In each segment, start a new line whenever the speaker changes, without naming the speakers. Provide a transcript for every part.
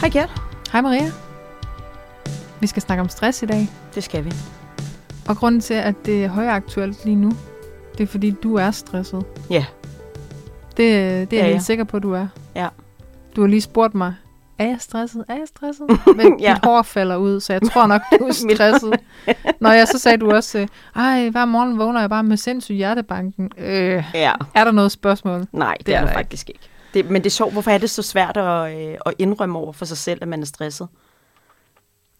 Hej Gert.
Hej Maria. Vi skal snakke om stress i dag.
Det skal vi.
Og grunden til, at det er højaktuelt lige nu, det er fordi, du er stresset.
Ja.
Det, det er jeg
Ja,
ja, helt
ja.
sikker på, du er.
Ja.
Du har lige spurgt mig, er jeg stresset? Er jeg stresset? Men
Ja.
ja. dit hår falder ud, så jeg tror nok, du er
Mit-
stresset. Når jeg så sagde du også, øh, ej, hver morgen vågner jeg bare med sindssyg hjertebanken. Øh,
Ja,
er der noget spørgsmål?
nej, det,
Det
det er
er
der
der
faktisk ikke. Det, men det er sjovt, hvorfor er det så svært at, øh, at indrømme over for sig selv, at man er stresset?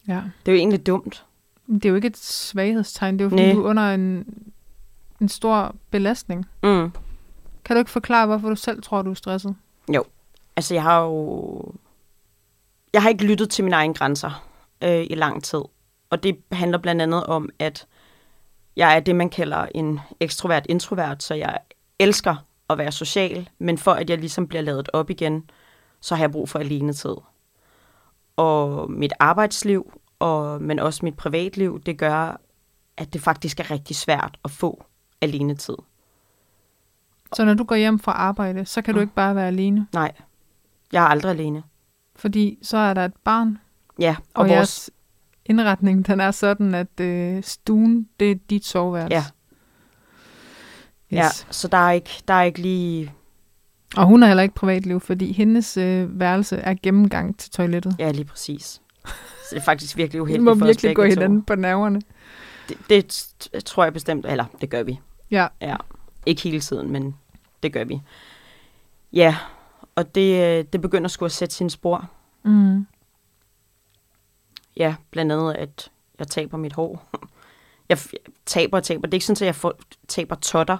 Ja.
Det er jo egentlig dumt.
Det er jo ikke et svaghedstegn, det er jo fordi,
Næ.
du er under en, en stor belastning.
Mm.
Kan du ikke forklare, hvorfor du selv tror, du er stresset?
Altså, jeg har jo... Jeg har ikke lyttet til mine egne grænser øh, i lang tid. Og det handler blandt andet om, at jeg er det, man kalder en ekstrovert introvert, så jeg elsker at være social, men for at jeg ligesom bliver lavet op igen, så har jeg brug for alenetid. Og mit arbejdsliv, og, men også mit privatliv, det gør, at det faktisk er rigtig svært at få alenetid.
Så når du går hjem fra arbejde, så kan du ikke bare være alene,
Nej, jeg er aldrig alene.
fordi så er der et barn,
Ja,
og, og jeres indretning, den er sådan, at øh, stuen, det er dit soveværelse.
Ja.
Yes.
Ja, så der er ikke, der er ikke lige...
Ja. Og hun har heller ikke privatliv, fordi hendes øh, værelse er gennemgang til toilettet.
Ja, lige præcis. Så det er faktisk virkelig
Vi
uheldigt
må
for
virkelig
os
gå
begge
hinanden på nerverne.
To. Det, det t- tror jeg bestemt, eller det gør vi.
Ja.
Ikke hele tiden, men det gør vi. Ja, og det, øh, det begynder sgu at sætte sine spor.
Mm.
Ja, blandt andet, at jeg taber mit hår. Jeg f- taber og taber. Det er ikke sådan, at jeg får, taber totter,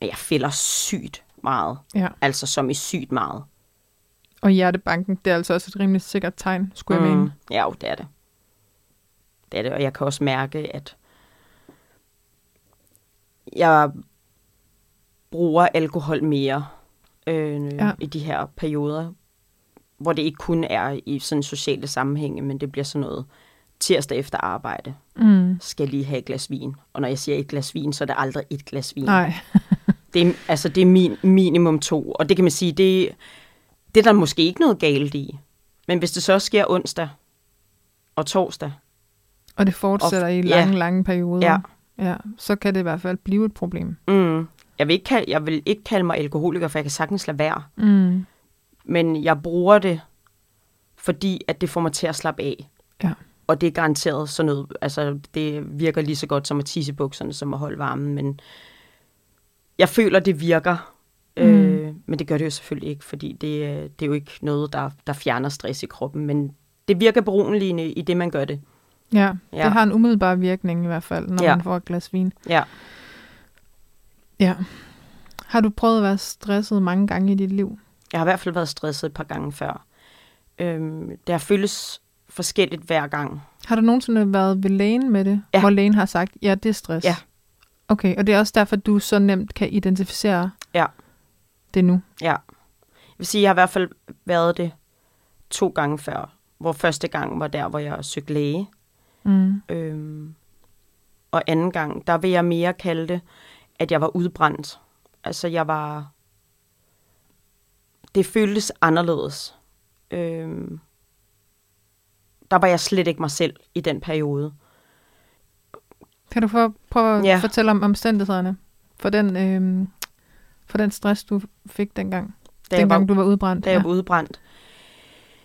men jeg fælder sygt meget.
ja.
Altså som i sygt meget.
Og hjertebanken, det er altså også et rimelig sikkert tegn, skulle mm. jeg mene.
Ja, jo, det er det. Det er det, og jeg kan også mærke, at jeg bruger alkohol mere øh, ja.
Ja.
i de her perioder, hvor det ikke kun er i sådan sociale sammenhænge, men det bliver sådan noget tirsdag efter arbejde,
Mm.
skal jeg lige have et glas vin. Og når jeg siger et glas vin, så er det aldrig et glas vin.
Nej.
Det er, altså, det er min, minimum to, og det kan man sige, det, det er der måske ikke noget galt i. Men hvis det så sker onsdag og torsdag,
Og det fortsætter i
ja.
lange, ja. lange perioder.
Ja.
ja. Så kan det i hvert fald blive et problem.
mm, jeg, vil ikke kalde, jeg vil ikke kalde mig alkoholiker, for jeg kan sagtens lade være,
Mm.
men jeg bruger det, fordi at det får mig til at slappe af.
Ja.
Og det er garanteret sådan noget, altså det virker lige så godt som at tisse i bukserne, som at holde varmen, men jeg føler, det virker. Mm. Øh, men det gør det jo selvfølgelig ikke, fordi det, øh, det er jo ikke noget, der, der fjerner stress i kroppen, men det virker beroligende i det, man gør det.
Ja.
Ja.
ja, det har en umiddelbar virkning i hvert fald, når
Ja.
ja. man får et glas vin.
Ja.
Ja. Har du prøvet at være stresset mange gange i dit liv?
Jeg har i hvert fald været stresset et par gange før. Øhm, det har føltes forskelligt hver gang.
Har du nogensinde været ved lægen med det,
Ja.
hvor lægen har sagt, ja, det er stress?
Ja.
Okay, og det er også derfor, du så nemt kan identificere
Ja.
det nu?
Ja. Jeg vil sige, jeg har i hvert fald været det to gange før. Hvor første gang var der, hvor jeg søgte læge.
Mm.
Øhm, og anden gang, der vil jeg mere kalde det, at jeg var udbrændt. Altså, jeg var... Det føltes anderledes. Øhm, der var jeg slet ikke mig selv i den periode.
Kan du for, prøve at
Ja.
ja. fortælle om omstændighederne for den, øhm, for den stress, du fik dengang?
Da jeg
dengang
var
du var udbrændt?
da jeg var udbrændt.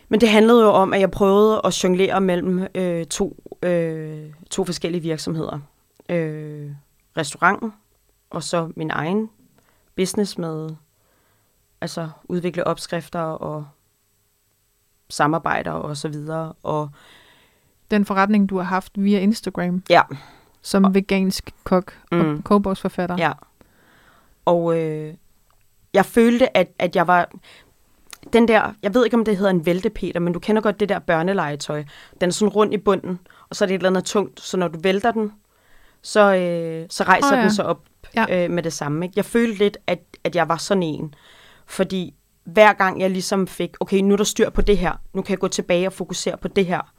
Men det handlede jo om, at jeg prøvede at jonglere mellem øh, to, øh, to forskellige virksomheder. Øh, restauranten og så min egen business med altså udvikle opskrifter og samarbejder og så videre. Og
Den forretning, du har haft via Instagram
ja,
som og... vegansk kok
Mm.
og kogbogsforfatter.
Ja. Og øh, jeg følte, at, at jeg var... Den der, jeg ved ikke, om det hedder en væltepeter, men du kender godt det der børnelegetøj. Den er sådan rund i bunden, og så er det et eller andet tungt, så når du vælter den, så, øh, så rejser
Åh,
oh, ja.
ja.
den sig op
Ja.
øh, med det samme. Ikke? Jeg følte lidt, at, at jeg var sådan en. Fordi hver gang jeg ligesom fik, okay, nu er der styr på det her, nu kan jeg gå tilbage og fokusere på det her,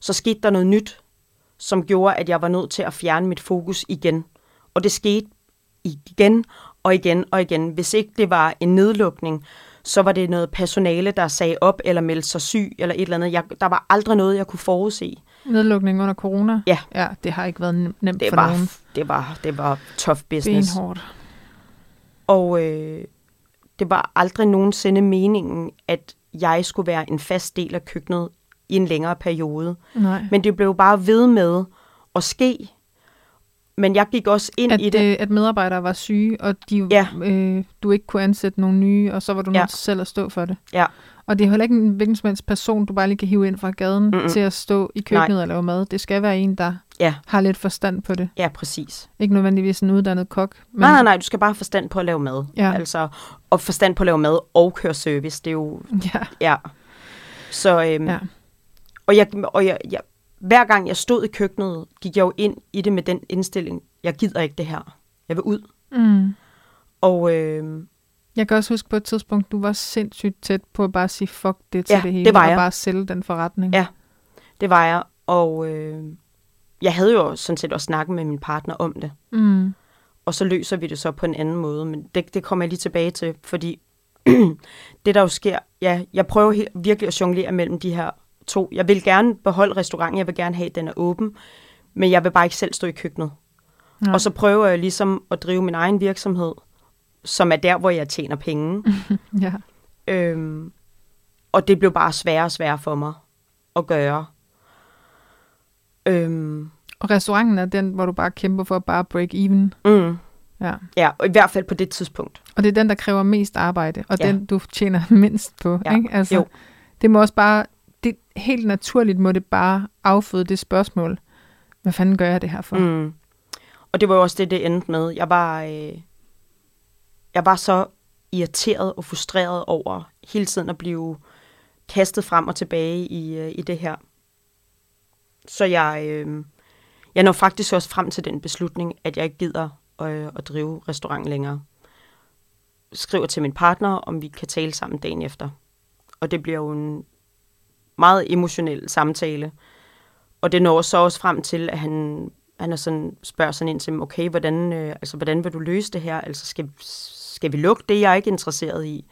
så skete der noget nyt, som gjorde, at jeg var nødt til at fjerne mit fokus igen. Og det skete igen og igen og igen. Hvis ikke det var en nedlukning, så var det noget personale, der sagde op eller meldte sig syg eller et eller andet. Jeg, der var aldrig noget, jeg kunne forudse.
Nedlukning under corona?
Ja.
Ja, det har ikke været nem- nemt
Det
for
var,
nogen.
det, var, det var tough business.
Benhårdt.
Og øh, det var aldrig nogensinde meningen, at jeg skulle være en fast del af køkkenet i en længere periode.
Nej.
Men det blev bare ved med at ske. Men jeg gik også ind
at,
i det.
øh, at medarbejdere var syge, og de,
Ja.
øh, du ikke kunne ansætte nogen nye, og så var du
Ja.
ja. nødt til selv at stå for det.
Ja.
Og det er heller ikke en hvilken som helst person, du bare lige kan hive ind fra gaden
Mm-mm.
Mm-mm. til at stå i køkkenet og lave mad. Det skal være en, der
Ja.
har lidt forstand på det.
Ja, præcis.
Ikke nødvendigvis en uddannet kok.
Men...
Men,
Nej, nej, nej, du skal bare have forstand på at lave mad.
Ja.
Altså, og forstand på at lave mad og køre service, det er jo,
Ja,
ja. Så, øhm, ja.
Ja.
og, jeg, og jeg, jeg, hver gang jeg stod i køkkenet, gik jeg jo ind i det med den indstilling, jeg gider ikke det her, jeg vil ud.
mm.
Og øhm,
Jeg kan også huske på et tidspunkt, du var sindssygt tæt på at bare sige fuck det til
Ja,
det hele,
det var jeg.
og bare sælge den forretning.
Ja. det var jeg, og øh, jeg havde jo sådan set også snakket med min partner om det.
Mm.
og så løser vi det så på en anden måde. Men det, det kommer jeg lige tilbage til, fordi det der jo sker, ja, jeg prøver he- virkelig at jonglere mellem de her to. Jeg vil gerne beholde restauranten, jeg vil gerne have, at den er åben, men jeg vil bare ikke selv stå i køkkenet.
Nej.
Og så prøver jeg ligesom at drive min egen virksomhed, som er der, hvor jeg tjener penge.
Ja.
Øhm, og det blev bare sværere og sværere for mig at gøre. Øhm,
Og restauranten er den, hvor du bare kæmper for at bare break even.
mm,
Ja.
ja, og i hvert fald på det tidspunkt.
Og det er den, der kræver mest arbejde, og
Ja.
ja. den, du tjener mindst på.
Ja.
Ikke? Altså,
Jo.
Det må også bare, det, helt naturligt må det bare afføde det spørgsmål, hvad fanden gør jeg det her for? Mm.
Mm. Og det var jo også det, det endte med. Jeg var, øh, jeg var så irriteret og frustreret over hele tiden at blive kastet frem og tilbage i, øh, i det her. Så jeg, øh, jeg når faktisk også frem til den beslutning, at jeg ikke gider øh, at drive restaurant længere. Skriver til min partner, om vi kan tale sammen dagen efter. Og det bliver jo en meget emotionel samtale. Og det når så også frem til, at han, han er sådan, spørger sådan ind til, okay, hvordan, øh, altså, hvordan vil du løse det her? Altså, skal, skal vi lukke det, jeg er ikke interesseret i?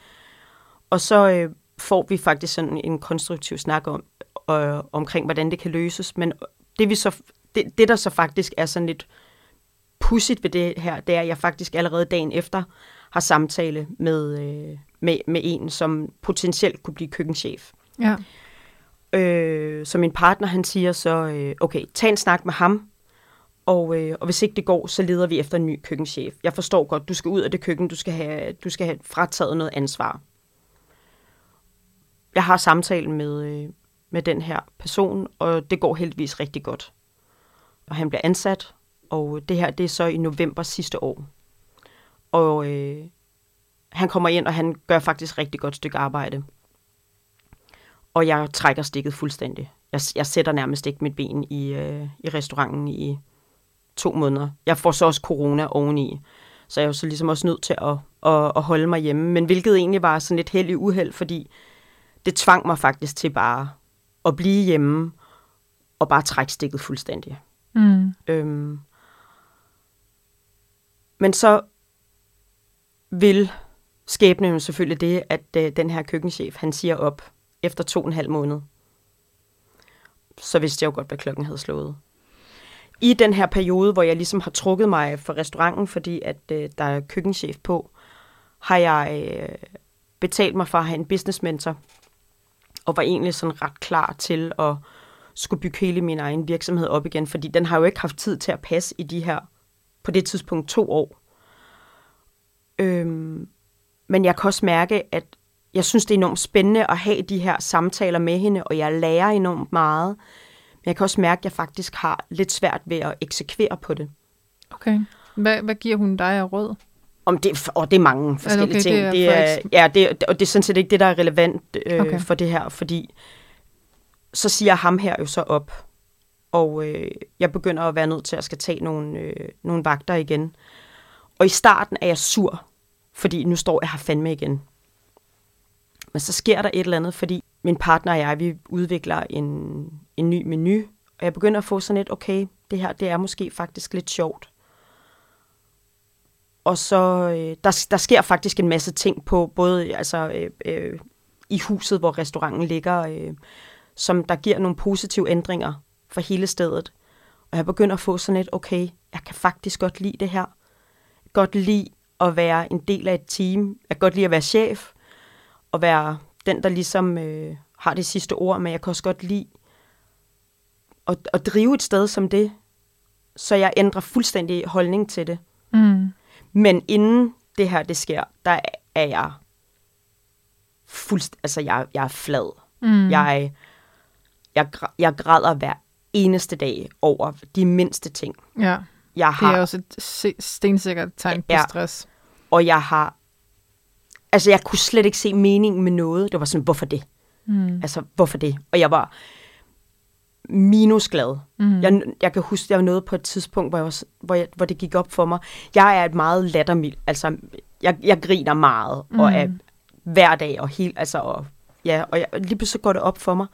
Og så øh, får vi faktisk sådan en konstruktiv snak om, øh, omkring, hvordan det kan løses. Men det, vi så, det, det, der så faktisk er sådan lidt pudsigt ved det her, det er, at jeg faktisk allerede dagen efter har samtale med, øh, med, med en, som potentielt kunne blive køkkenchef.
Ja.
Øh, så min partner, han siger så, øh, okay, tag en snak med ham, og, øh, og hvis ikke det går, så leder vi efter en ny køkkenchef. Jeg forstår godt, du skal ud af det køkken, du skal have, du skal have frataget noget ansvar. Jeg har samtalen med, øh, med den her person, og det går heldigvis rigtig godt. Og han bliver ansat, og det her, det er så i november sidste år. Og øh, han kommer ind, og han gør faktisk et rigtig godt stykke arbejde og jeg trækker stikket fuldstændig. Jeg, jeg sætter nærmest ikke mit ben i, øh, i restauranten i to måneder. Jeg får så også corona oveni, så jeg er jo så ligesom også nødt til at, at, at holde mig hjemme. Men hvilket egentlig var sådan et held i uheld, fordi det tvang mig faktisk til bare at blive hjemme og bare trække stikket fuldstændig.
Mm.
Øhm. Men så vil skæbnen jo selvfølgelig det, at øh, den her køkkenchef, han siger op efter to og en halv måned. Så vidste jeg jo godt, hvad klokken havde slået. I den her periode, hvor jeg ligesom har trukket mig fra restauranten, fordi at øh, der er køkkenchef på, har jeg øh, betalt mig for at have en business mentor, og var egentlig sådan ret klar til at skulle bygge hele min egen virksomhed op igen, fordi den har jo ikke haft tid til at passe i de her, på det tidspunkt, to år. Øhm, men jeg kan også mærke, at jeg synes, det er enormt spændende at have de her samtaler med hende, og jeg lærer enormt meget. Men jeg kan også mærke, at jeg faktisk har lidt svært ved at eksekvere på det.
Okay. Hvad, hvad giver hun dig af råd?
Om det, og det er mange forskellige
okay,
ting.
det er
det
for
er,
eks-
ja, det, er- og det er sådan set ikke det, der er relevant øh, okay.
Okay.
for det her, fordi så siger ham her jo så op, og øh, jeg begynder at være nødt til at skal tage nogle, øh, nogle vagter igen. Og i starten er jeg sur, fordi nu står jeg her fandme igen. Men så sker der et eller andet, fordi min partner og jeg, vi udvikler en, en ny menu, og jeg begynder at få sådan et, okay, det her, det er måske faktisk lidt sjovt. Og så, øh, der, der sker faktisk en masse ting på, både altså, øh, øh, i huset, hvor restauranten ligger, øh, som der giver nogle positive ændringer for hele stedet. Og jeg begynder at få sådan et, okay, jeg kan faktisk godt lide det her. Jeg kan godt lide at være en del af et team. Jeg kan godt lide at være chef, og være den, der ligesom øh, har det sidste ord, men jeg kan også godt lide at, at drive et sted som det, så jeg ændrer fuldstændig holdning til det.
Mm.
Men inden det her det sker, der er jeg fuldst, altså jeg, jeg er flad.
Mm.
Jeg, jeg, gr- jeg græder hver eneste dag over de mindste ting.
Ja,
Jeg
det er
har,
også et se- stensikkert tegn på
Ja.
stress.
og jeg har, altså jeg kunne slet ikke se meningen med noget. Det var sådan, hvorfor det?
Mm.
Altså, hvorfor det? Og jeg var minusglad.
Mm.
Jeg, jeg kan huske, jeg var nået på et tidspunkt, hvor, jeg var, s- hvor, jeg, hvor det gik op for mig. Jeg er et meget lattermild. Altså, jeg, jeg griner meget, mm. og er hver dag, og helt, altså, og, ja, og jeg, lige pludselig går det op for mig.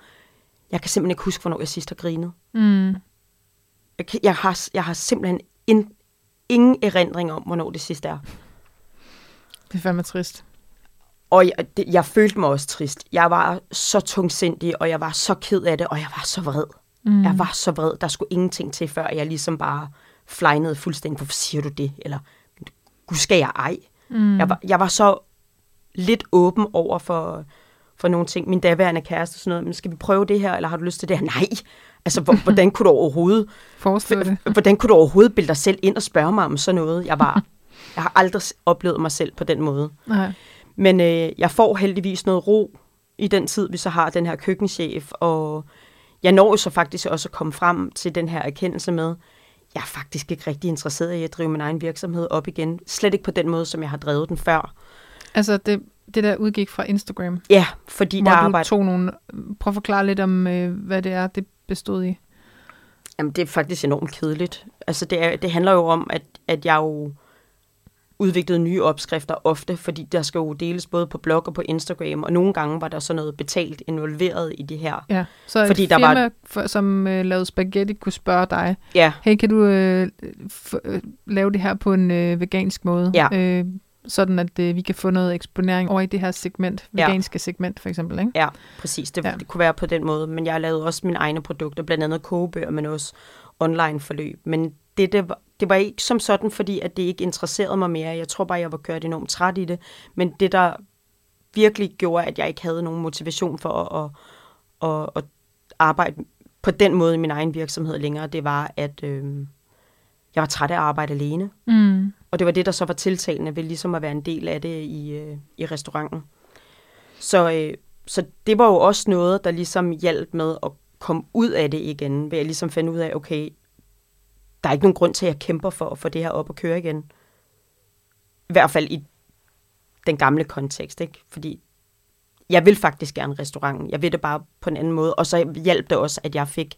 Jeg kan simpelthen ikke huske, hvornår jeg sidst har grinet.
Mm.
Jeg, kan, jeg, har, jeg har simpelthen in, ingen erindring om, hvornår det sidste er.
Det er fandme trist.
Og jeg, det, jeg følte mig også trist. Jeg var så tungsindig, og jeg var så ked af det, og jeg var så vred.
Mm.
Jeg var så vred, der skulle ingenting til, før jeg ligesom bare flejnede fuldstændig. Hvorfor siger du det? Eller, gud skal jeg ej?
Mm.
Jeg, var, jeg var så lidt åben over for, for nogle ting. Min daværende kæreste og sådan noget, men skal vi prøve det her, eller har du lyst til det her? Nej! Altså, hvor, hvordan kunne du overhovedet
Forstå det.
hvordan kunne du overhovedet bilde dig selv ind og spørge mig om sådan noget? Jeg var, jeg har aldrig s- oplevet mig selv på den måde.
Nej.
Men øh, jeg får heldigvis noget ro i den tid, vi så har den her køkkenchef, og jeg når jo så faktisk også at komme frem til den her erkendelse med, jeg er faktisk ikke rigtig interesseret i at drive min egen virksomhed op igen. Slet ikke på den måde, som jeg har drevet den før.
Altså, det, det der udgik fra Instagram,
Ja, fordi
hvor
der
du
arbejder...
tog nogle... Prøv at forklare lidt om, øh, hvad det er, det bestod i.
Jamen, det er faktisk enormt kedeligt. Altså, det, er, det handler jo om, at, at jeg jo udviklede nye opskrifter ofte, fordi der skal jo deles både på blog og på Instagram, og nogle gange var der så noget betalt involveret i det her.
Ja. Så
Fordi
et
der var-
firma, for, som øh, lavede spaghetti, kunne spørge dig,
Ja,
hey, kan du øh, f- øh, lave det her på en øh, vegansk måde?
Ja.
Øh, sådan at øh, vi kan få noget eksponering over i det her segment,
Ja.
veganske segment for eksempel, ikke?
ja, præcis. Det,
Ja.
ja. det kunne være på den måde, men jeg lavede også mine egne produkter, blandt andet kogebøger, men også online forløb. Men det, det, var, det var ikke som sådan, fordi at det ikke interesserede mig mere. Jeg tror bare, jeg var kørt enormt træt i det. Men det, der virkelig gjorde, at jeg ikke havde nogen motivation for at, at, at, at arbejde på den måde i min egen virksomhed længere, det var, at øh, jeg var træt af at arbejde alene.
Mm.
Og det var det, der så var tiltalende ved ligesom at være en del af det i, øh, i restauranten. Så, øh, så det var jo også noget, der ligesom hjalp med at komme ud af det igen, ved at ligesom finde ud af, okay, der er ikke nogen grund til, at jeg kæmper for at få det her op at køre igen. I hvert fald i den gamle kontekst, ikke? Fordi jeg vil faktisk gerne restauranten. Jeg vil det bare på en anden måde. Og så hjalp det også, at jeg fik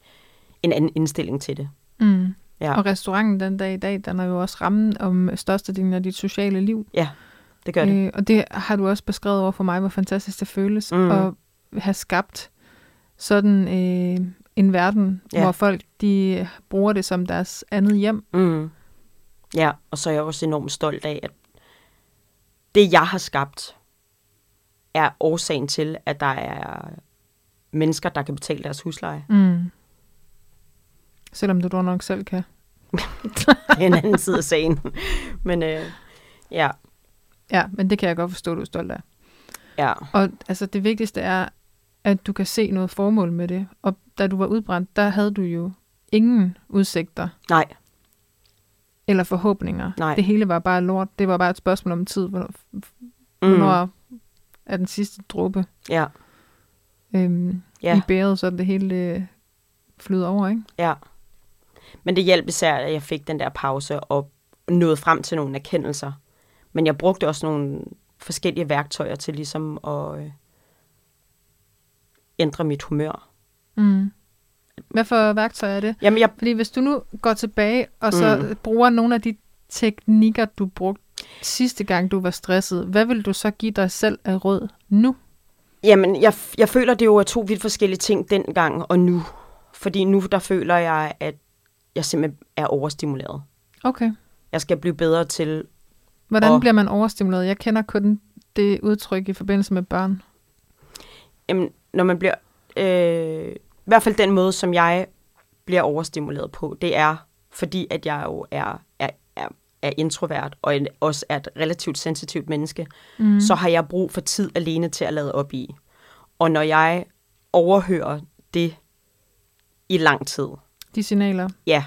en anden indstilling til det.
Mm.
Ja.
Og restauranten den dag i dag, den er jo også rammen om størstedelen af dit sociale liv.
Ja, det gør det.
Øh, og det har du også beskrevet over for mig, hvor fantastisk det føles
Mm.
mm. at have skabt sådan øh, en verden,
Ja.
ja. hvor folk de bruger det som deres andet hjem.
Mm. Ja, og så er jeg også enormt stolt af, at det, jeg har skabt, er årsagen til, at der er mennesker, der kan betale deres husleje.
Mm. Selvom du dog nok selv kan.
Det er en anden side af sagen. Men øh, ja,
Ja, men det kan jeg godt forstå, du er stolt af.
ja,
Og altså, det vigtigste er, at du kan se noget formål med det. Og da du var udbrændt, der havde du jo ingen udsigter
nej,
eller forhåbninger.
Nej.
Det hele var bare lort. Det var bare et spørgsmål om tid, hvornår,
mm,
hvornår er den sidste dråbe
ja,
øhm,
ja.
i bæret, så det hele øh, flyder over, ikke?
Ja. Men det hjalp især, at jeg fik den der pause og nåede frem til nogle erkendelser. Men jeg brugte også nogle forskellige værktøjer til ligesom at øh, ændre mit humør.
Mm. Hvad for værktøj er det?
Jamen, jeg,
Fordi hvis du nu går tilbage og så mm. bruger nogle af de teknikker, du brugte sidste gang, du var stresset, hvad vil du så give dig selv af råd nu?
jamen jeg, jeg føler, det jo er to vidt forskellige ting dengang og nu. Fordi nu, der føler jeg, at jeg simpelthen er overstimuleret.
Okay.
Jeg skal blive bedre til
Hvordan
Og-
bliver man overstimuleret? Jeg kender kun det udtryk i forbindelse med børn.
Jamen, når man bliver... Øh, I hvert fald den måde, som jeg bliver overstimuleret på, det er, fordi at jeg jo er, er, er, er introvert, og en, også er et relativt sensitivt menneske, mm. så har jeg brug for tid alene til at lade op i. Og når jeg overhører det i lang tid,
De signaler.
ja,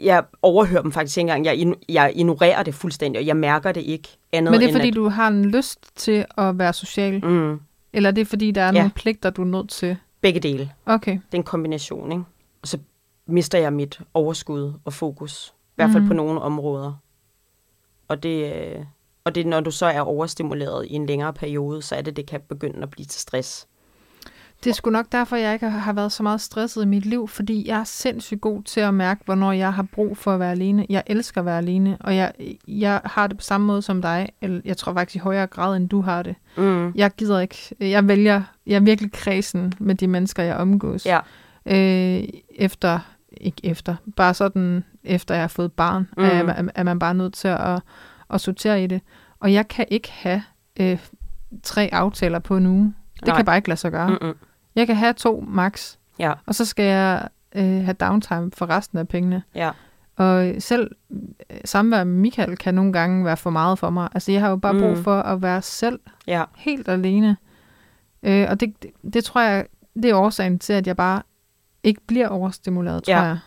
jeg overhører dem faktisk ikke engang. Jeg, ign- jeg ignorerer det fuldstændig, og jeg mærker det ikke andet
Men det er
end
fordi,
at,
du har en lyst til at være social?
mm,
Eller er det fordi, der er
Ja.
nogle pligter, du er nødt til?
begge dele.
Okay.
det er en kombination, ikke? Og så mister jeg mit overskud og fokus, i hvert
Mhm.
fald mm. på nogle områder. Og det, øh, og det, når du så er overstimuleret i en længere periode, så er det, det kan begynde at blive til stress.
Det er sgu nok derfor, jeg ikke har været så meget stresset i mit liv, fordi jeg er sindssygt god til at mærke, hvornår jeg har brug for at være alene. Jeg elsker at være alene, og jeg, jeg har det på samme måde som dig, eller jeg tror faktisk i højere grad, end du har det.
Mm.
Jeg gider ikke. Jeg vælger, jeg er virkelig kredsen med de mennesker, jeg omgås.
Ja,
Øh, efter, ikke efter, bare sådan efter jeg har fået barn, mm.
Mm.
er, man- er man bare nødt til at, at sortere i det. Og jeg kan ikke have øh, tre aftaler på en uge. Det
Nej.
kan bare ikke lade sig gøre. Mm.
Mm-mm.
Jeg kan have to max,
ja,
og så skal jeg øh, have downtime for resten af pengene.
ja.
Og selv øh, samvær med Michael kan nogle gange være for meget for mig. Altså jeg har jo bare brug
Mm.
for at være selv
ja.
helt alene. Øh, og det, det, det tror jeg, det er årsagen til, at jeg bare ikke bliver overstimuleret, tror
Ja.
jeg.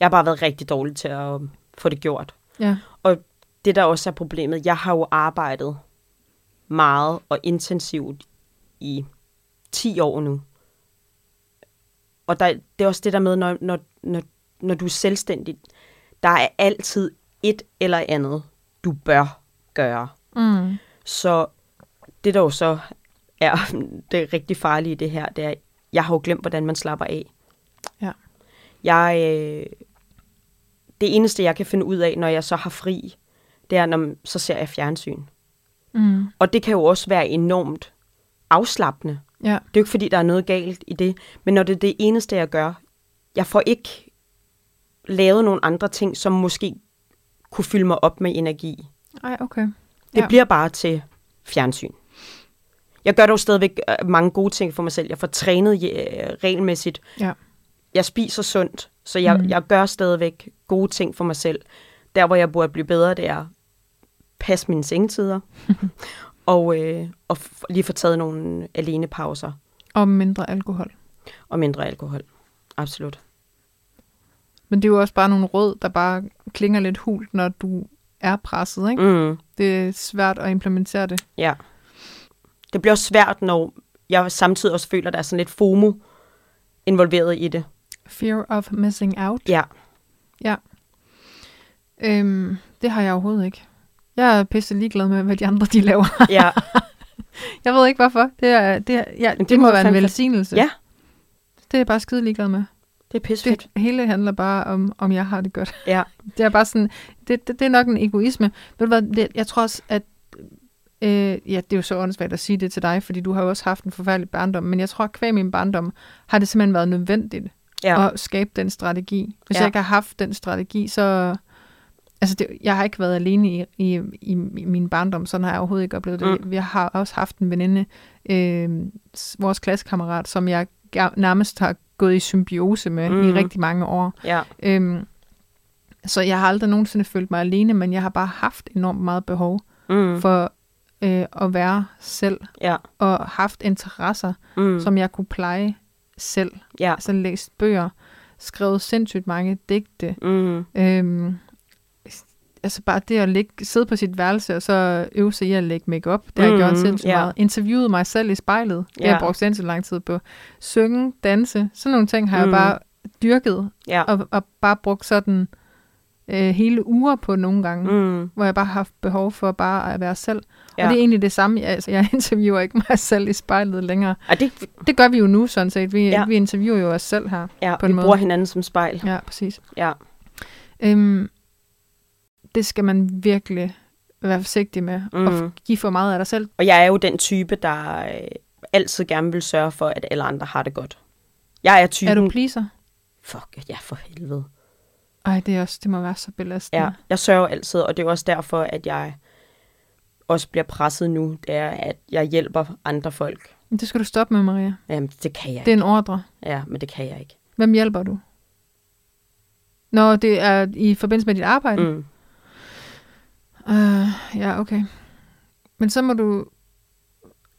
Jeg har bare været rigtig dårlig til at øhm, få det gjort.
Ja.
Og det, der også er problemet, jeg har jo arbejdet meget og intensivt i 10 år nu. Og der, det er også det der med, når, når, når, når du er selvstændig, der er altid et eller andet, du bør gøre.
Mm.
Så det, der jo så er det rigtig farlige i det her, det er, jeg har jo glemt, hvordan man slapper af.
Ja.
Jeg, øh, det eneste, jeg kan finde ud af, når jeg så har fri, det er, når man- så ser jeg fjernsyn.
Mm.
Og det kan jo også være enormt afslappende.
Ja.
Det er jo ikke, fordi der er noget galt i det, men når det er det eneste, jeg gør, jeg får ikke lavet nogle andre ting, som måske kunne fylde mig op med energi.
Ej, okay.
Det
Ja.
ja. bliver bare til fjernsyn. Jeg gør dog stadigvæk øh, mange gode ting for mig selv. Jeg får trænet øh, regelmæssigt.
Ja.
Jeg spiser sundt, så jeg, mm. jeg gør stadigvæk gode ting for mig selv. Der, hvor jeg burde blive bedre, det er pas mine sengetider. og øh, og f- lige få taget nogle alene pauser
Og mindre alkohol.
og mindre alkohol. Absolut.
Men det er jo også bare nogle råd, der bare klinger lidt hult, når du er presset, ikke?
Mm,
Det er svært at implementere det.
ja. Det bliver også svært, når jeg samtidig også føler, at der er sådan lidt FOMO involveret i det.
Fear of missing out.
Ja.
Øhm, det har jeg overhovedet ikke. Jeg er pisse ligeglad med, hvad de andre de laver.
ja.
Jeg ved ikke hvorfor. Det, er, det, er, ja, det,
det
det
må
må
du
være en
fandme-
velsignelse.
Ja.
Det er jeg bare skide ligeglad med.
Det er pissefedt.
Det hele handler bare om, om jeg har det godt.
Ja.
Det er bare sådan, det, det, det er nok en egoisme. Ved du hvad, det, jeg tror også, at, øh, ja, det er jo så åndssvagt at sige det til dig, fordi du har jo også haft en forfærdelig barndom, men jeg tror, at kvæg min barndom har det simpelthen været nødvendigt
Ja.
at skabe den strategi. Hvis
Ja.
jeg ikke har haft den strategi, så... Altså, det, jeg har ikke været alene i, i, i, i min barndom, sådan har jeg overhovedet ikke oplevet det. Mm. Jeg har også haft en veninde, øh, s- vores klassekammerat, som jeg ga- nærmest har gået i symbiose med mm. i
Mhm.
rigtig mange år.
ja.
Øhm, så jeg har aldrig nogensinde følt mig alene, men jeg har bare haft enormt meget behov
Mm.
for øh, at være selv,
Ja.
og haft interesser,
Mm.
mm. som jeg kunne pleje selv.
Ja.
Altså læst bøger, skrevet sindssygt mange digte.
Mm.
Øhm, altså bare det at ligge, sidde på sit værelse og så øve sig i at lægge makeup, det har jeg
Mhm,
gjort sindssygt
ja.
meget. Interviewet mig selv i spejlet, det har
Ja.
jeg brugt sindssygt lang tid på. Synge, danse, sådan nogle ting har mm.
Mhm.
jeg bare dyrket
Ja.
og, og bare brugt sådan øh, hele uger på nogle gange, mm.
Mm.
hvor jeg bare har haft behov for bare at være selv. Ja.
Ja.
Og det er egentlig det samme, altså jeg interviewer ikke mig selv i spejlet længere.
Er det,
Det gør vi jo nu sådan set, vi, ja.
Ja.
vi interviewer jo os selv her.
ja,
På en
vi
måde.
bruger hinanden som spejl.
Ja, præcis.
Ja.
Øhm, det skal man virkelig være forsigtig med, mm. og
Mhm.
f- give for meget af dig selv.
Og jeg er jo den type, der øh, altid gerne vil sørge for, at alle andre har det godt. Jeg er typen...
Er du pleaser?
Fuck, ja, for helvede.
Ej, det, er også, det må være så belastende.
Ja, jeg sørger altid, og det er jo også derfor, at jeg også bliver presset nu, det er, at jeg hjælper andre folk.
Det skal du stoppe med, Maria.
Jamen, det kan jeg
Det
ikke.
er en ordre.
Ja, men det kan jeg ikke.
Hvem hjælper du? Når det er i forbindelse med dit arbejde?
Mm.
Øh, ja, okay. Men så må du...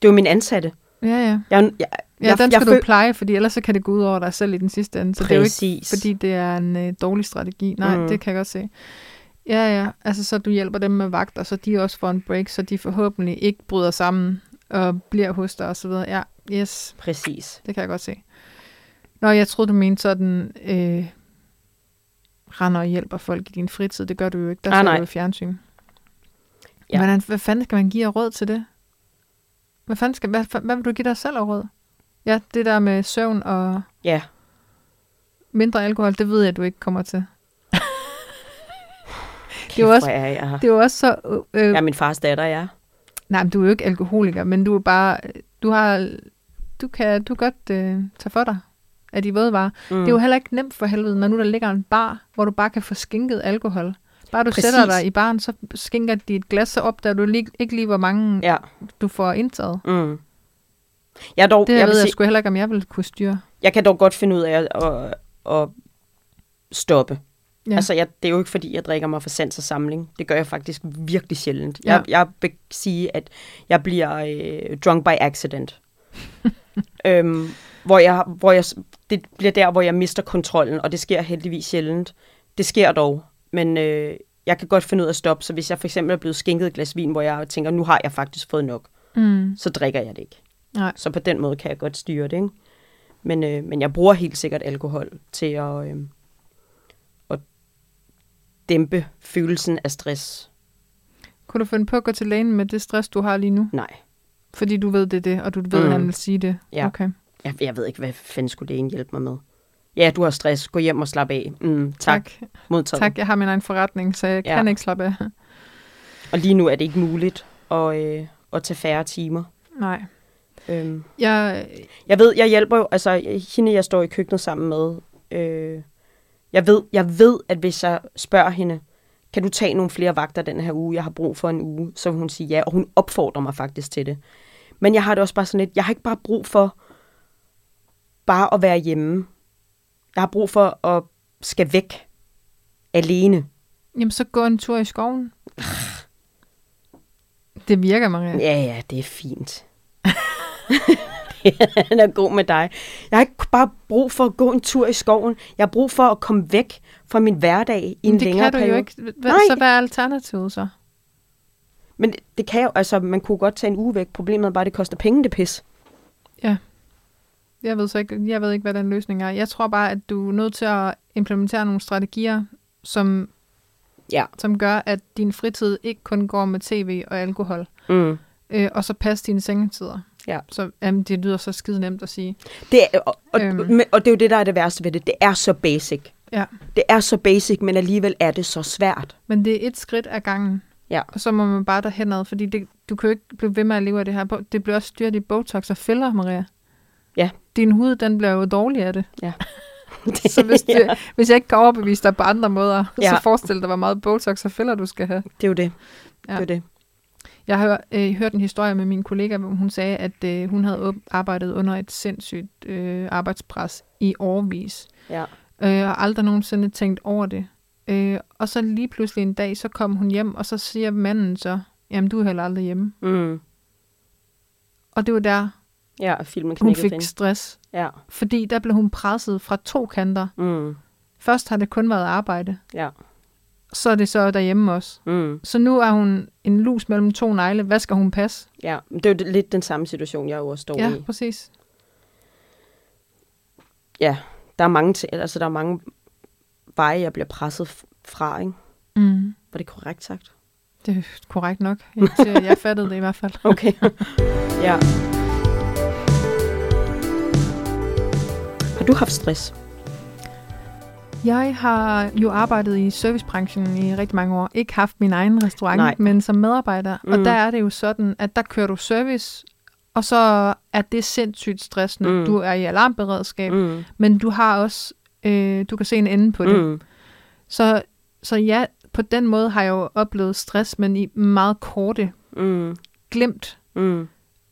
Det er jo min ansatte.
Ja, ja.
Jeg, jeg,
Ja,
jeg,
den
jeg
skal du
føl-
pleje, fordi ellers så kan det gå ud over dig selv i den sidste ende. Så det er jo ikke,
Præcis.
fordi det er en øh, dårlig strategi. Nej,
Mm.
mm. det kan jeg godt se. Ja, ja. Altså, så du hjælper dem med vagter, så de også får en break, så de forhåbentlig ikke bryder sammen og bliver hos dig og så videre. Ja, yes.
Præcis.
Det kan jeg godt se. Nå, jeg troede, du mente sådan, øh, render og hjælper folk i din fritid. Det gør du jo ikke. Der
Nej,
ser
Ah, nej.
du jo fjernsyn.
Ja.
Ja. Hvordan, hvad fanden skal man give af råd til det? Hvad, fanden skal, hvad, hvad vil du give dig selv af råd? Ja, det der med søvn og
Ja.
mindre alkohol, det ved jeg, du ikke kommer til.
Kæft,
jo også-
hvor er jeg her.
Det er jo også så... Øh,
Jeg er min fars datter, ja.
Nej, men du er jo ikke alkoholiker, men du er bare, du har, du kan, du kan godt øh, tage for dig af de våde varer. Mm. Det er jo heller ikke nemt for helvede, når nu der ligger en bar, hvor du bare kan få skinket alkohol. Bare du
Præcis.
Præcis. sætter dig i baren, så skinker de et glas, så opdager du lige, ikke lige, hvor mange ja.
Ja.
du får indtaget.
Mm. Jeg, er dog,
Det her
jeg,
jeg
vil
ved jeg
sige,
sgu heller ikke, om jeg ville kunne styre.
jeg kan dog godt finde ud af at, at, at stoppe. Ja.
Ja.
Altså, jeg, det er jo ikke, fordi jeg drikker mig for sans og samling. Det gør jeg faktisk virkelig sjældent. Jeg, jeg vil sige, at jeg bliver øh, drunk by accident. øhm, hvor jeg, hvor jeg, s- det bliver der, hvor jeg mister kontrollen, og det sker heldigvis sjældent. Det sker dog, men øh, jeg kan godt finde ud af at stoppe. Så hvis jeg for eksempel er blevet skænket et glas vin, hvor jeg tænker, nu har jeg faktisk fået nok,
Mm.
så drikker jeg det ikke.
Nej.
Så på den måde kan jeg godt styre det, ikke? Men, øh, men jeg bruger helt sikkert alkohol til at, øh, at dæmpe følelsen af stress.
Kunne du finde på at gå til lægen med det stress, du har lige nu?
Nej,
Fordi du ved det er det, og du ved,
Mm.
at han vil sige det.
Ja.
Okay.
jeg, jeg ved ikke, hvad fanden skulle det hjælpe mig med. Ja, du har stress. Gå hjem og slap af. Mm, tak. tak. Modtaget.
Tak, jeg har min egen forretning, så jeg
Ja.
ja. kan ikke slappe af.
Og lige nu er det ikke muligt at, øh, at tage færre timer.
Nej.
Øhm,
Jeg,
jeg ved, jeg hjælper jo, altså hende, jeg står i køkkenet sammen med, øh, jeg, ved, jeg ved, at hvis jeg spørger hende, kan du tage nogle flere vagter den her uge, jeg har brug for en uge, så vil hun sige ja, og hun opfordrer mig faktisk til det. Men jeg har det også bare sådan lidt, jeg har ikke bare brug for bare at være hjemme. Jeg har brug for at skal væk alene.
Jamen, så gå en tur i skoven. Det virker, Maria.
Ja, ja, det er fint. Den er god med dig. Jeg har ikke bare brug for at gå en tur i skoven. Jeg har brug for at komme væk fra min hverdag i en
Men det
længere
kan du
periode.
jo ikke. Hvad,
Nej.
så hvad er alternativet så?
Men det- det kan jo, altså man kunne godt tage en uge væk. Problemet er bare, at det koster penge, det pis.
Jeg ved, så ikke, jeg ved ikke, hvad den løsning er. Jeg tror bare, at du er nødt til at implementere nogle strategier, som,
Ja.
som gør, at din fritid ikke kun går med tv og alkohol.
Mm.
Øh, og så passe dine sengetider.
Ja.
Så, jamen, det lyder så skide nemt at sige.
Det er, og, og,
Øhm.
men- og det er jo det, der er det værste ved det. Det er så basic.
Ja.
Det er så basic, men alligevel er det så svært.
Men det er et skridt ad gangen.
Ja.
Og så må man bare derhenad, fordi det, du kan jo ikke blive ved med at leve af det her. Det bliver også styrt i Botox og filler, Maria.
Ja.
Din hud, den bliver jo dårlig af det.
Det,
Så hvis, det, ja. hvis jeg ikke kan overbevise dig på andre måder, ja.
Ja.
så forestil dig, hvor meget Botox og filler du skal have.
det er jo det. Ja.
Ja.
Det er jo det.
Jeg har øh, hørt en historie med min kollega, hvor hun sagde, at øh, hun havde åb- arbejdet under et sindssygt øh, arbejdspres i årvis.
Ja.
øh, og aldrig nogensinde tænkt over det. Øh, og så lige pludselig en dag, så kom hun hjem, og så siger manden så, jamen du er heller aldrig hjemme.
Mm.
Og det var der,
Ja, og filmen
hun
knækkede
fik
den.
stress,
Ja.
fordi der blev hun presset fra to kanter.
Mm.
Først har det kun været arbejde,
Ja.
så er det så derhjemme også.
Mm.
Så nu er hun en lus mellem to negle. Hvad skal hun passe?
Ja, men det er jo det- lidt den samme situation, jeg jo også står
Ja,
i.
præcis.
Ja, der er mange, til, altså, der er mange veje, jeg bliver presset f- fra, ikke?
Mm.
Var det korrekt sagt?
Det er korrekt nok. Jeg, siger, jeg fattede det i hvert fald.
Okay. ja. Har du haft stress?
Jeg har jo arbejdet i servicebranchen i rigtig mange år. Ikke haft min egen restaurant,
Nej.
men som medarbejder. Mm. Og
Mm.
der er det jo sådan, at der kører du service, og så er det sindssygt stressende.
Mm.
Mm. Du er i alarmberedskab, mm.
Mm.
men du har også, øh, du kan se en ende på det. Mm.
Mm.
Så, så ja, på den måde har jeg jo oplevet stress, men i meget korte
Mm.
glemt.
Mm.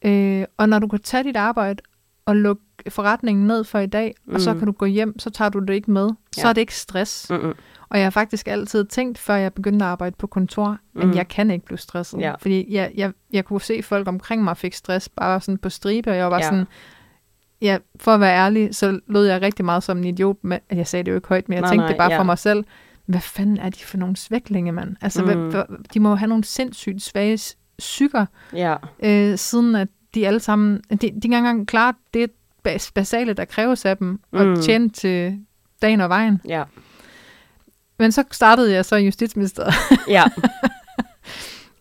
Øh, og når du kan tage dit arbejde og lukke forretningen ned for i dag, mm. og så
Mm.
kan du gå hjem, så tager du det ikke med. Ja. Så
Ja.
er det ikke stress. Mm.
Mm.
Og jeg har faktisk altid tænkt, før jeg begyndte at arbejde på kontor, at
Mm.
jeg kan ikke blive stresset.
Ja.
Fordi jeg, jeg, jeg kunne se, at folk omkring mig fik stress bare sådan på stribe, og jeg var bare
Ja.
ja. sådan... Ja, for at være ærlig, så lød jeg rigtig meget som en idiot. Men jeg sagde det jo ikke højt, men jeg
Nej,
nej, tænkte
nej,
nej, det bare
ja.
ja. for mig selv. Hvad fanden er de for nogle svæklinge, mand? Altså,
Mm.
mm. hvad, de må jo have nogle sindssygt svage s- psyker,
Ja.
øh, siden at de alle sammen, de, de kan ikke engang klare det bas- basale, der kræves af dem, og
Mm.
tjene til dagen og vejen.
Ja.
Men så startede jeg så i Justitsministeriet.
Ja.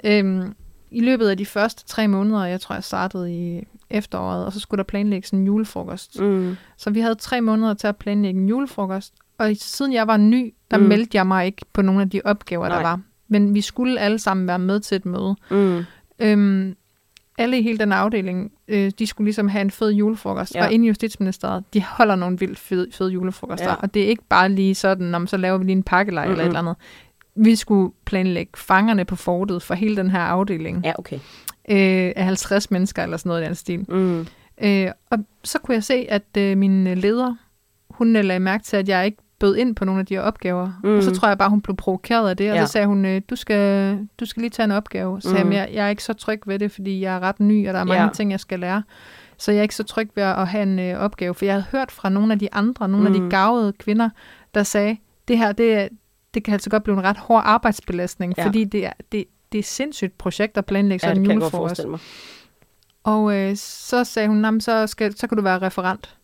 øhm, I løbet af de første tre måneder, jeg tror, jeg startede i efteråret, og så skulle der planlægges en julefrokost. Mm.
Mm.
Så vi havde tre måneder til at planlægge en julefrokost, og i- siden jeg var ny, der
Mm.
mm. meldte jeg mig ikke på nogle af de opgaver,
Nej.
der var. Men vi skulle alle sammen være med til et møde.
Mm.
Øhm, alle i hele den afdeling, øh, de skulle ligesom have en fed julefrokost.
Ja.
Ja. Og inde i Justitsministeriet, de holder nogle vildt fede, fede julefrokoster.
Ja.
Ja. Og det er ikke bare lige sådan, om så laver vi lige en pakkelej mm-hmm. eller et
Mhm.
eller andet. Vi skulle planlægge fangerne på fortet for hele den her afdeling
Ja, okay.
øh, af 50 mennesker eller sådan noget i den stil.
Mm.
Øh, og så kunne jeg se, at øh, min øh, leder, hun øh, lagde mærke til, at jeg ikke bød ind på nogle af de her opgaver. Mm. Og så
Mhm.
tror jeg bare, hun blev provokeret af det, og
Ja.
så sagde hun, øh, du skal, du skal lige tage en opgave. Så sagde
Mhm.
jeg, jeg, jeg er ikke så tryg ved det, fordi jeg er ret ny, og der er mange
Ja.
ja. ting, jeg skal lære. Så jeg er ikke så tryg ved at have en øh, opgave, for jeg havde hørt fra nogle af de andre, nogle af
Mhm.
de gavede kvinder, der sagde, det her, det, er- det kan altså godt blive en ret hård arbejdsbelastning,
Ja.
ja. fordi det er, det, det er sindssygt projekt at planlægge
Ja,
sådan
det kan
en
jeg godt
julefrokost.
forestille mig.
Og øh, så sagde hun, "Nå, men så, skal, så kan du være referent.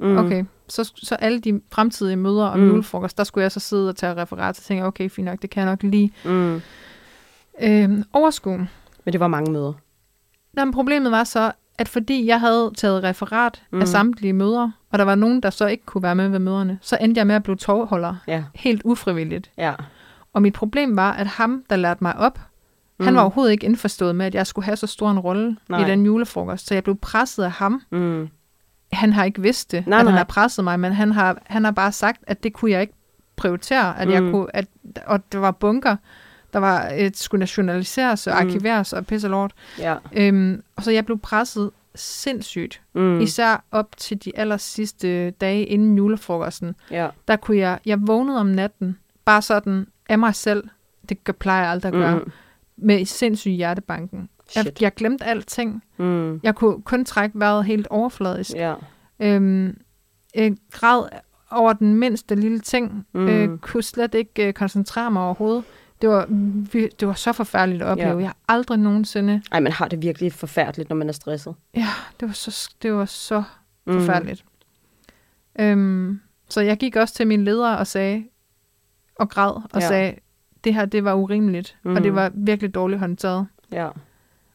Mm.
Mm. Okay, så, så alle de fremtidige møder om
Mm.
mm. julefrokost, der skulle jeg så sidde og tage referat, så tænkte jeg, okay, fint nok, det kan jeg nok lige
Mm.
øh, overskue.
Men det var mange møder.
Nå, men problemet var så, at fordi jeg havde taget referat mm.
Mm.
af samtlige møder, og der var nogen, der så ikke kunne være med ved møderne, så endte jeg med at blive tovholder,
Ja.
helt ufrivilligt.
Ja.
Og mit problem var, at ham, der lærte mig op, mm. han var overhovedet ikke indforstået med, at jeg skulle have så stor en rolle i
Nej.
den julefrokost, så jeg blev presset af ham
Mm.
han har ikke vidst det,
Nej,
nej, at
nej.
han har presset mig, men han har, han har bare sagt, at det kunne jeg ikke prioritere, at jeg
Mm.
kunne, at, og der var bunker, der var, et, skulle nationaliseres og
Mm.
arkiveres og pisse lort.
Ja.
Øhm, og så jeg blev presset sindssygt,
Mm.
mm. især op til de aller sidste dage inden julefrokosten.
Ja.
Der kunne jeg, jeg vågnede om natten, bare sådan af mig selv, det gør- plejer jeg aldrig at gøre, mm.
Mm.
med sindssyg hjertebanken.
Shit.
Jeg, jeg glemte alting.
Mm.
Jeg kunne kun trække vejret helt overfladisk
Ja.
øhm, øh, græd over den mindste lille ting,
Mm.
mm. øh, kunne slet ikke øh, koncentrere mig overhovedet. Det var, vi- det var så forfærdeligt at opleve.
Ja.
Jeg har aldrig nogensinde...
Ej, man har det virkelig forfærdeligt, når man er stresset.
Ja, det var så, det var så
Mm.
forfærdeligt. Øhm, så jeg gik også til min leder og sagde, og græd, og
Ja.
ja. sagde, det her, det var urimeligt, mm.
Mm.
og det var virkelig dårligt håndteret.
Ja.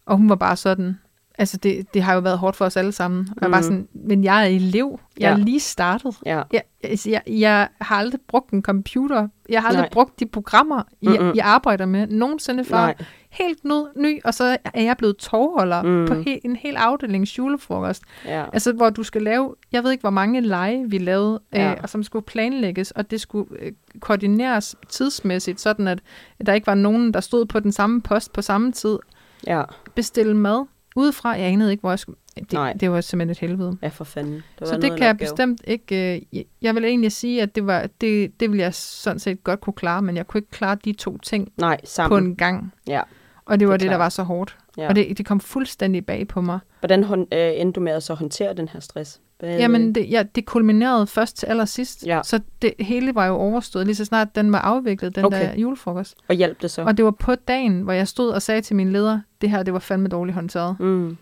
Og hun var bare sådan, altså det, det har jo været hårdt for os alle sammen. Og jeg var
Mm.
bare sådan, men jeg er elev, jeg er
Ja.
lige startet.
Ja.
Jeg, altså, jeg, jeg har aldrig brugt en computer. Jeg har aldrig
Nej.
Nej. brugt de programmer, I,
Mm-mm.
I arbejder med, nogensinde før.
Nej.
Nej. Helt nu, ny, og så er jeg blevet tovholder
Mm.
mm. på he, en hel afdelings julefrokost.
Ja.
Altså, hvor du skal lave, jeg ved ikke, hvor mange lege vi lavede,
Ja.
ja. øh, og som skulle planlægges, og det skulle øh, koordineres tidsmæssigt, sådan at der ikke var nogen, der stod på den samme post på samme tid.
Ja.
Bestille mad udefra, jeg anede ikke, hvor jeg skulle...
Nej.
Det, det var simpelthen et helvede.
Ja, for fanden. Det var noget
Så
af
det
en
kan jeg
opgave.
bestemt ikke... Øh, jeg- jeg vil egentlig sige, at det, var, det, det ville jeg sådan set godt kunne klare, men jeg kunne ikke klare de to ting
Nej, sammen.
på en gang.
Ja.
Og det var det, det der
klart.
var så hårdt.
Ja.
Ja. Og det, det kom fuldstændig bag på mig.
Hvordan hånd, øh, endte du med at så håndtere den her stress? Hvad,
Jamen, det, ja, det kulminerede først til allersidst.
Ja.
Så det hele var jo overstået, lige så snart den var afviklet, den
Okay.
okay. der julefrokost.
Og hjalp det så?
Og det var på dagen, hvor jeg stod og sagde til min leder, det her, det var fandme dårligt håndteret.
Mm.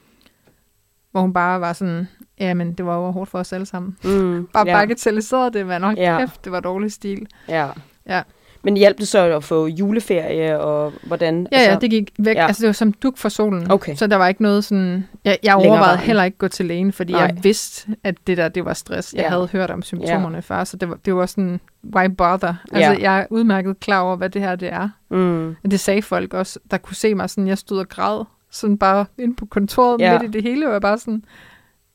Hvor hun bare var sådan, jamen, det var jo hårdt for os alle sammen.
Mm.
Bare
ja.
ja. bagatelliserede det, man. Hold
Ja.
ja. kæft, det var dårlig stil.
Ja.
Ja.
Men hjalp det så at få juleferie, og hvordan?
Ja, ja, det gik væk.
ja.
Ja. Altså, det var som duk for solen.
Okay.
Så der var ikke noget sådan... Jeg, jeg
Længere
overvejede
vejen.
heller ikke at gå til lægen, fordi
Nej.
Nej. jeg vidste, at det der, det var stress. Jeg
Ja.
ja. havde hørt om symptomerne ja. før, så det var, det var sådan, why bother?
Ja.
Altså, ja. jeg er udmærket klar over, hvad det her det er.
Mm.
Og Det sagde folk også, der kunne se mig sådan, jeg stod og græd, sådan bare inde på kontoret
Ja.
ja. midt i det hele, og jeg bare sådan,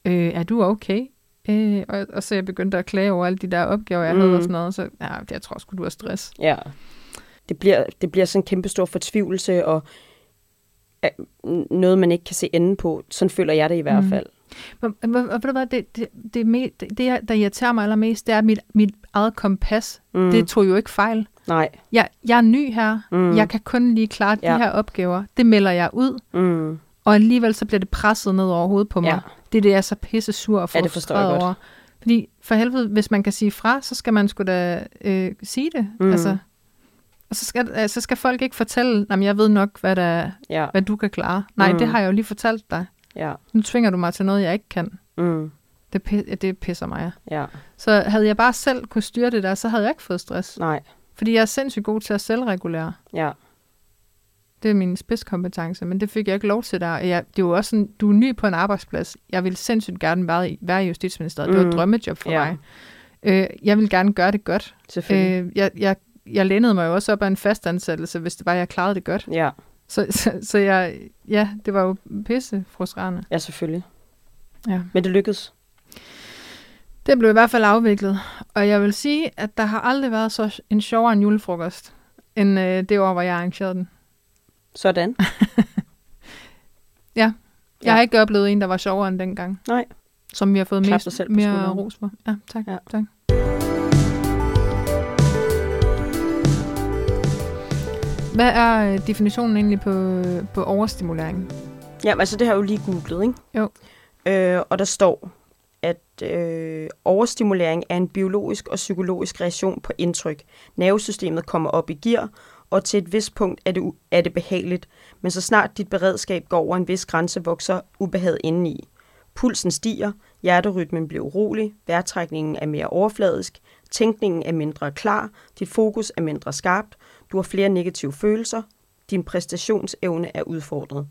øh, er du okay? Øh, og, og så jeg begyndte at klage over alle de der opgaver, jeg mm.
Mm.
havde og sådan noget, så ja, jeg tror sgu, du har stress.
Ja. Det bliver, det bliver sådan en kæmpe stor fortvivlelse, og er øh, noget, man ikke kan se enden på. Sådan føler jeg det i hvert
Mm.
fald.
Og og- og ved du hvad, det, det, det, me- det, det, der irriterer mig allermest, det er at mit, mit eget kompas.
Mm.
Mm. Det tog jo ikke fejl.
Nej.
Jeg, jeg er ny her.
Mm.
Mm. Jeg kan kun lige klare de
Ja.
ja. her opgaver. Det melder jeg ud,
Mm.
og alligevel så bliver det presset ned over hovedet på mig.
Ja.
Ja. Det er det, jeg er så pisse sur og
Ja, det forstår jeg
frustreret
godt.
over. Fordi for helvede, hvis man kan sige fra, så skal man sgu da øh, sige det.
Mm.
Mm. Altså, og så skal, øh, så skal folk ikke fortælle, at jeg ved nok, hvad, der,
Ja,
hvad du kan klare. Nej,
Mm.
mm. det har jeg jo lige fortalt dig.
ja,
Nu tvinger du mig til noget, jeg ikke kan.
mm.
Det, pi- det pisser mig. af.
ja,
Så havde jeg bare selv kunne styre det der, så havde jeg ikke fået stress.
nej,
Fordi jeg er sindssygt god til at selvregulere.
ja,
Det er min spidskompetence, men det fik jeg ikke lov til der. Og Jeg, det er jo også sådan, du er ny på en arbejdsplads. Jeg ville sindssygt gerne være i, være i Justitsministeriet. Mm. Det var
Mm.
et drømmejob for
Ja.
ja. mig. Øh, jeg ville gerne gøre det godt.
selvfølgelig. Øh,
Øh, jeg, jeg, jeg lænede mig jo også op af en fastansættelse, hvis det var, jeg klarede det godt.
ja,
Så, så, så jeg, ja, det var jo pisse frustrerende.
ja, selvfølgelig.
Ja.
Men det lykkedes.
Det blev i hvert fald afviklet, og jeg vil sige, at der har aldrig været så en sjovere en julefrokost, end øh, det år, hvor jeg arrangerede den.
Sådan.
Jeg
Ja.
har ikke oplevet en, der var sjovere end dengang.
Nej.
Som vi har fået
Klap dig
mest,
selv på
mere
skulderen.
ros for. Ja, tak.
Ja.
Ja. tak. Hvad er øh, definitionen egentlig på, på overstimulering?
Ja, altså det har jeg jo lige googlet, ikke?
Jo.
Øh, og der står, at øh, overstimulering er en biologisk og psykologisk reaktion på indtryk. Nervesystemet kommer op i gear, og til et vist punkt er det, u- er det behageligt, men så snart dit beredskab går over en vis grænse, vokser ubehag indeni. Pulsen stiger, hjerterytmen bliver urolig, vejrtrækningen er mere overfladisk, tænkningen er mindre klar, dit fokus er mindre skarpt, du har flere negative følelser, din præstationsevne er udfordret.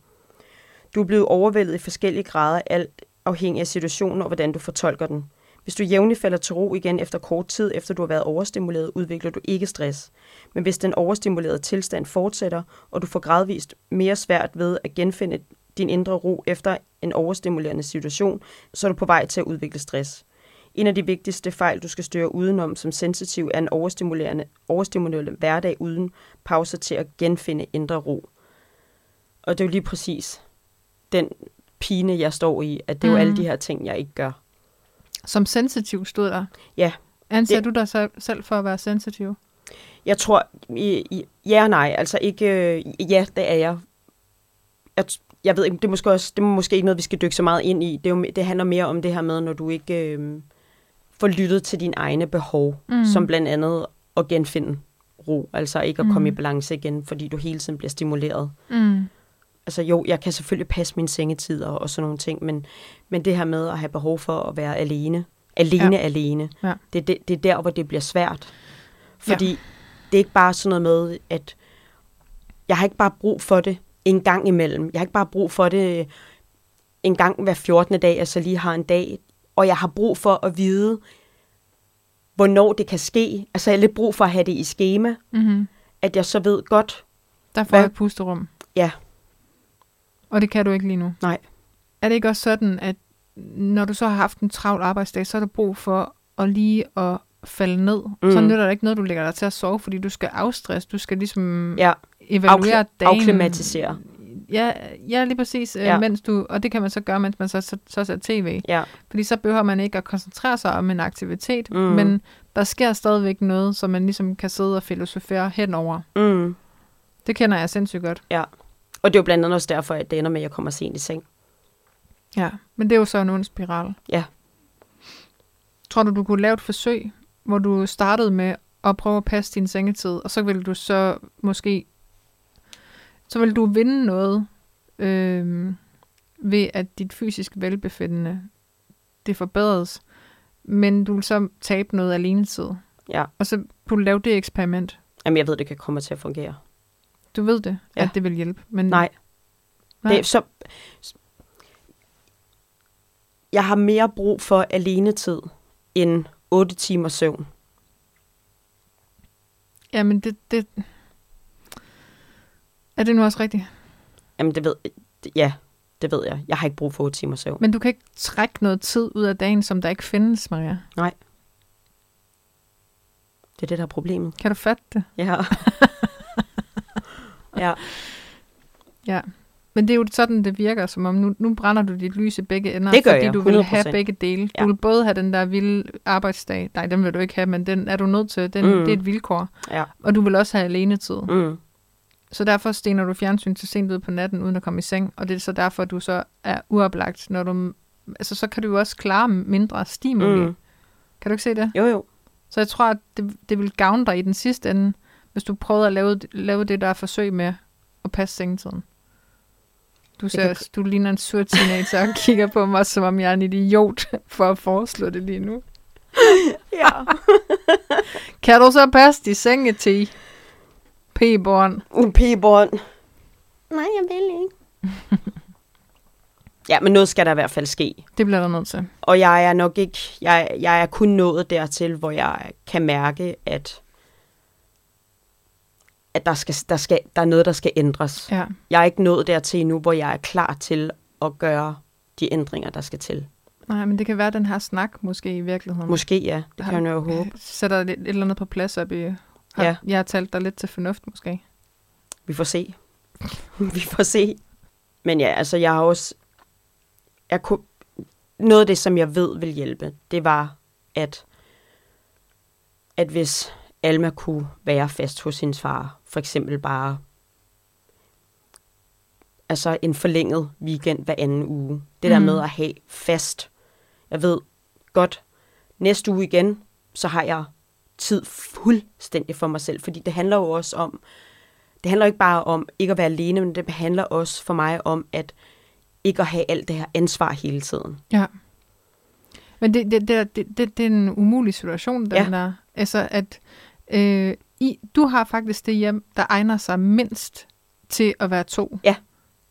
Du er blevet overvældet i forskellige grader, alt afhængig af situationen og hvordan du fortolker den. Hvis du jævnligt falder til ro igen efter kort tid, efter du har været overstimuleret, udvikler du ikke stress. Men hvis den overstimulerede tilstand fortsætter, og du får gradvist mere svært ved at genfinde din indre ro efter en overstimulerende situation, så er du på vej til at udvikle stress. En af de vigtigste fejl, du skal styre udenom som sensitiv, er en overstimulerende, overstimulerende hverdag uden pauser til at genfinde indre ro. Og det er jo lige præcis, den pine, jeg står i, at det er jo
Mm.
alle de her ting, jeg ikke gør.
Som sensitiv stod der.
Ja.
Anser
Det-
det... du dig så- selv for at være sensitiv?
Jeg tror, i, i, ja og nej, altså ikke, øh, ja, det er jeg. Jeg, t- jeg ved ikke, det er, måske også, det er måske ikke noget, vi skal dykke så meget ind i. Det, er jo, me- det handler mere om det her med, når du ikke øh, får lyttet til dine egne behov, mm.
Mm.
som blandt andet at genfinde ro, altså ikke at komme
Mm.
i balance igen, fordi du hele tiden bliver stimuleret.
Mm.
Altså jo, jeg kan selvfølgelig passe mine sengetider og sådan nogle ting, men, men det her med at have behov for at være alene, alene, ja. alene,
Ja.
Det, er det, det er der, hvor det bliver svært.
Ja.
Fordi ja. det er ikke bare sådan noget med, at jeg har ikke bare brug for det en gang imellem. Jeg har ikke bare brug for det en gang hver 14. dag, altså lige har en dag. Og jeg har brug for at vide, hvornår det kan ske. Altså jeg har lidt brug for at have det i schema,
Mm-hmm.
at jeg så ved godt,
Der får
Hvad-
jeg et pusterum.
Ja.
Og det kan du ikke lige nu.
Nej.
Er det ikke også sådan, at når du så har haft en travl arbejdsdag, så er der brug for at lige at falde ned. Mm. Så
Mm.
nytter der ikke noget, du lægger dig til at sove, fordi du skal afstresse. Du skal ligesom
ja,
evaluere
afkl-
dagen.
afklimatisere.
Ja, ja, lige præcis.
Ja.
Ja. Mens du, og det kan man så gøre, mens man så, så, så ser tv.
Ja.
Fordi så behøver man ikke at koncentrere sig om en aktivitet,
Mm.
mm. men der sker stadigvæk noget, som man ligesom kan sidde og filosofere henover.
Mm.
Det kender jeg sindssygt godt.
Og det er jo blandt andet også derfor, at det ender med, at jeg kommer sent i seng.
Ja, men det er jo så en ond spiral.
Ja.
Tror du, du kunne lave et forsøg, hvor du startede med at prøve at passe din sengetid, og så ville du så måske, så ville du vinde noget øh, ved, at dit fysiske velbefindende, det forbedres, men du vil så tabe noget alene tid.
Ja.
Og så kunne du lave det eksperiment.
Jamen, jeg ved, det kan komme til at fungere.
Du ved det,
Ja.
ja. at det vil hjælpe. Men
Nej.
Nej.
Det er så... Jeg har mere brug for alenetid end 8 timers søvn.
Jamen, det, det... Er det nu også rigtigt?
Jamen, det ved... det- Ja, det ved jeg. Jeg har ikke brug for 8 timers søvn.
Men du kan ikke trække noget tid ud af dagen, som der ikke findes, Maria.
Det er det, der er problemet.
Kan du fatte det?
Ja. ja.
Ja. Men det er jo sådan, det virker, som om nu, nu brænder du dit lys i begge ender,
Det gør
fordi
jeg,
du vil have
100%.
begge dele. Ja.
Ja.
Du vil både have den der vilde arbejdsdag, nej, den vil du ikke have, men den er du nødt til, den, mm.
Mm.
det er et vilkår.
Ja.
Og du vil også have alenetid. Mm.
Mm.
Så derfor stener du fjernsyn til sent ud på natten, uden at komme i seng, og det er så derfor, du så er uoplagt, når du... Altså, så kan du jo også klare mindre stimuli. Mm.
Mm.
Kan du ikke se det?
Jo, jo.
Så jeg tror, at det, det vil gavne dig i den sidste ende, hvis du prøvede at lave, lave det der forsøg med at passe sengetiden. Du, ser,
kan
du ligner en sur teenager og kigger på mig, som om jeg er en idiot for at foreslå det lige nu.
Ja.
Kan du så passe de sengetid? P-born.
En pigebånd. Nej, jeg vil ikke. ja, men noget skal der i hvert fald ske.
Det bliver der nødt til.
Og jeg er nok ikke, jeg, jeg er kun nået dertil, hvor jeg kan mærke, at, at der, skal, der, skal, der er noget, der skal ændres.
Ja.
Jeg er ikke nået dertil endnu, hvor jeg er klar til at gøre de ændringer, der skal til.
Nej, men det kan være, at den her snak måske i virkeligheden
Måske ja, det kan jeg jo håbe.
sætter lidt, et eller andet på plads op i... Har,
Ja.
Jeg har talt dig lidt til fornuft måske.
Vi får se. Vi får se. Men ja, altså jeg har også... Jeg kunne, noget af det, som jeg ved vil hjælpe, det var, at, at hvis Alma kunne være fast hos hendes far, for eksempel bare altså en forlænget weekend hver anden uge. Det der
Mm.
med at have fast. Jeg ved godt, næste uge igen, så har jeg tid fuldstændig for mig selv, fordi det handler jo også om, det handler ikke bare om ikke at være alene, men det handler også for mig om, at ikke at have alt det her ansvar hele tiden.
Ja. Men det, det, det, det, det, det er en umulig situation, den
Ja.
der. Altså, at øh, I, du har faktisk det hjem, der egner sig mindst til at være to.
Ja.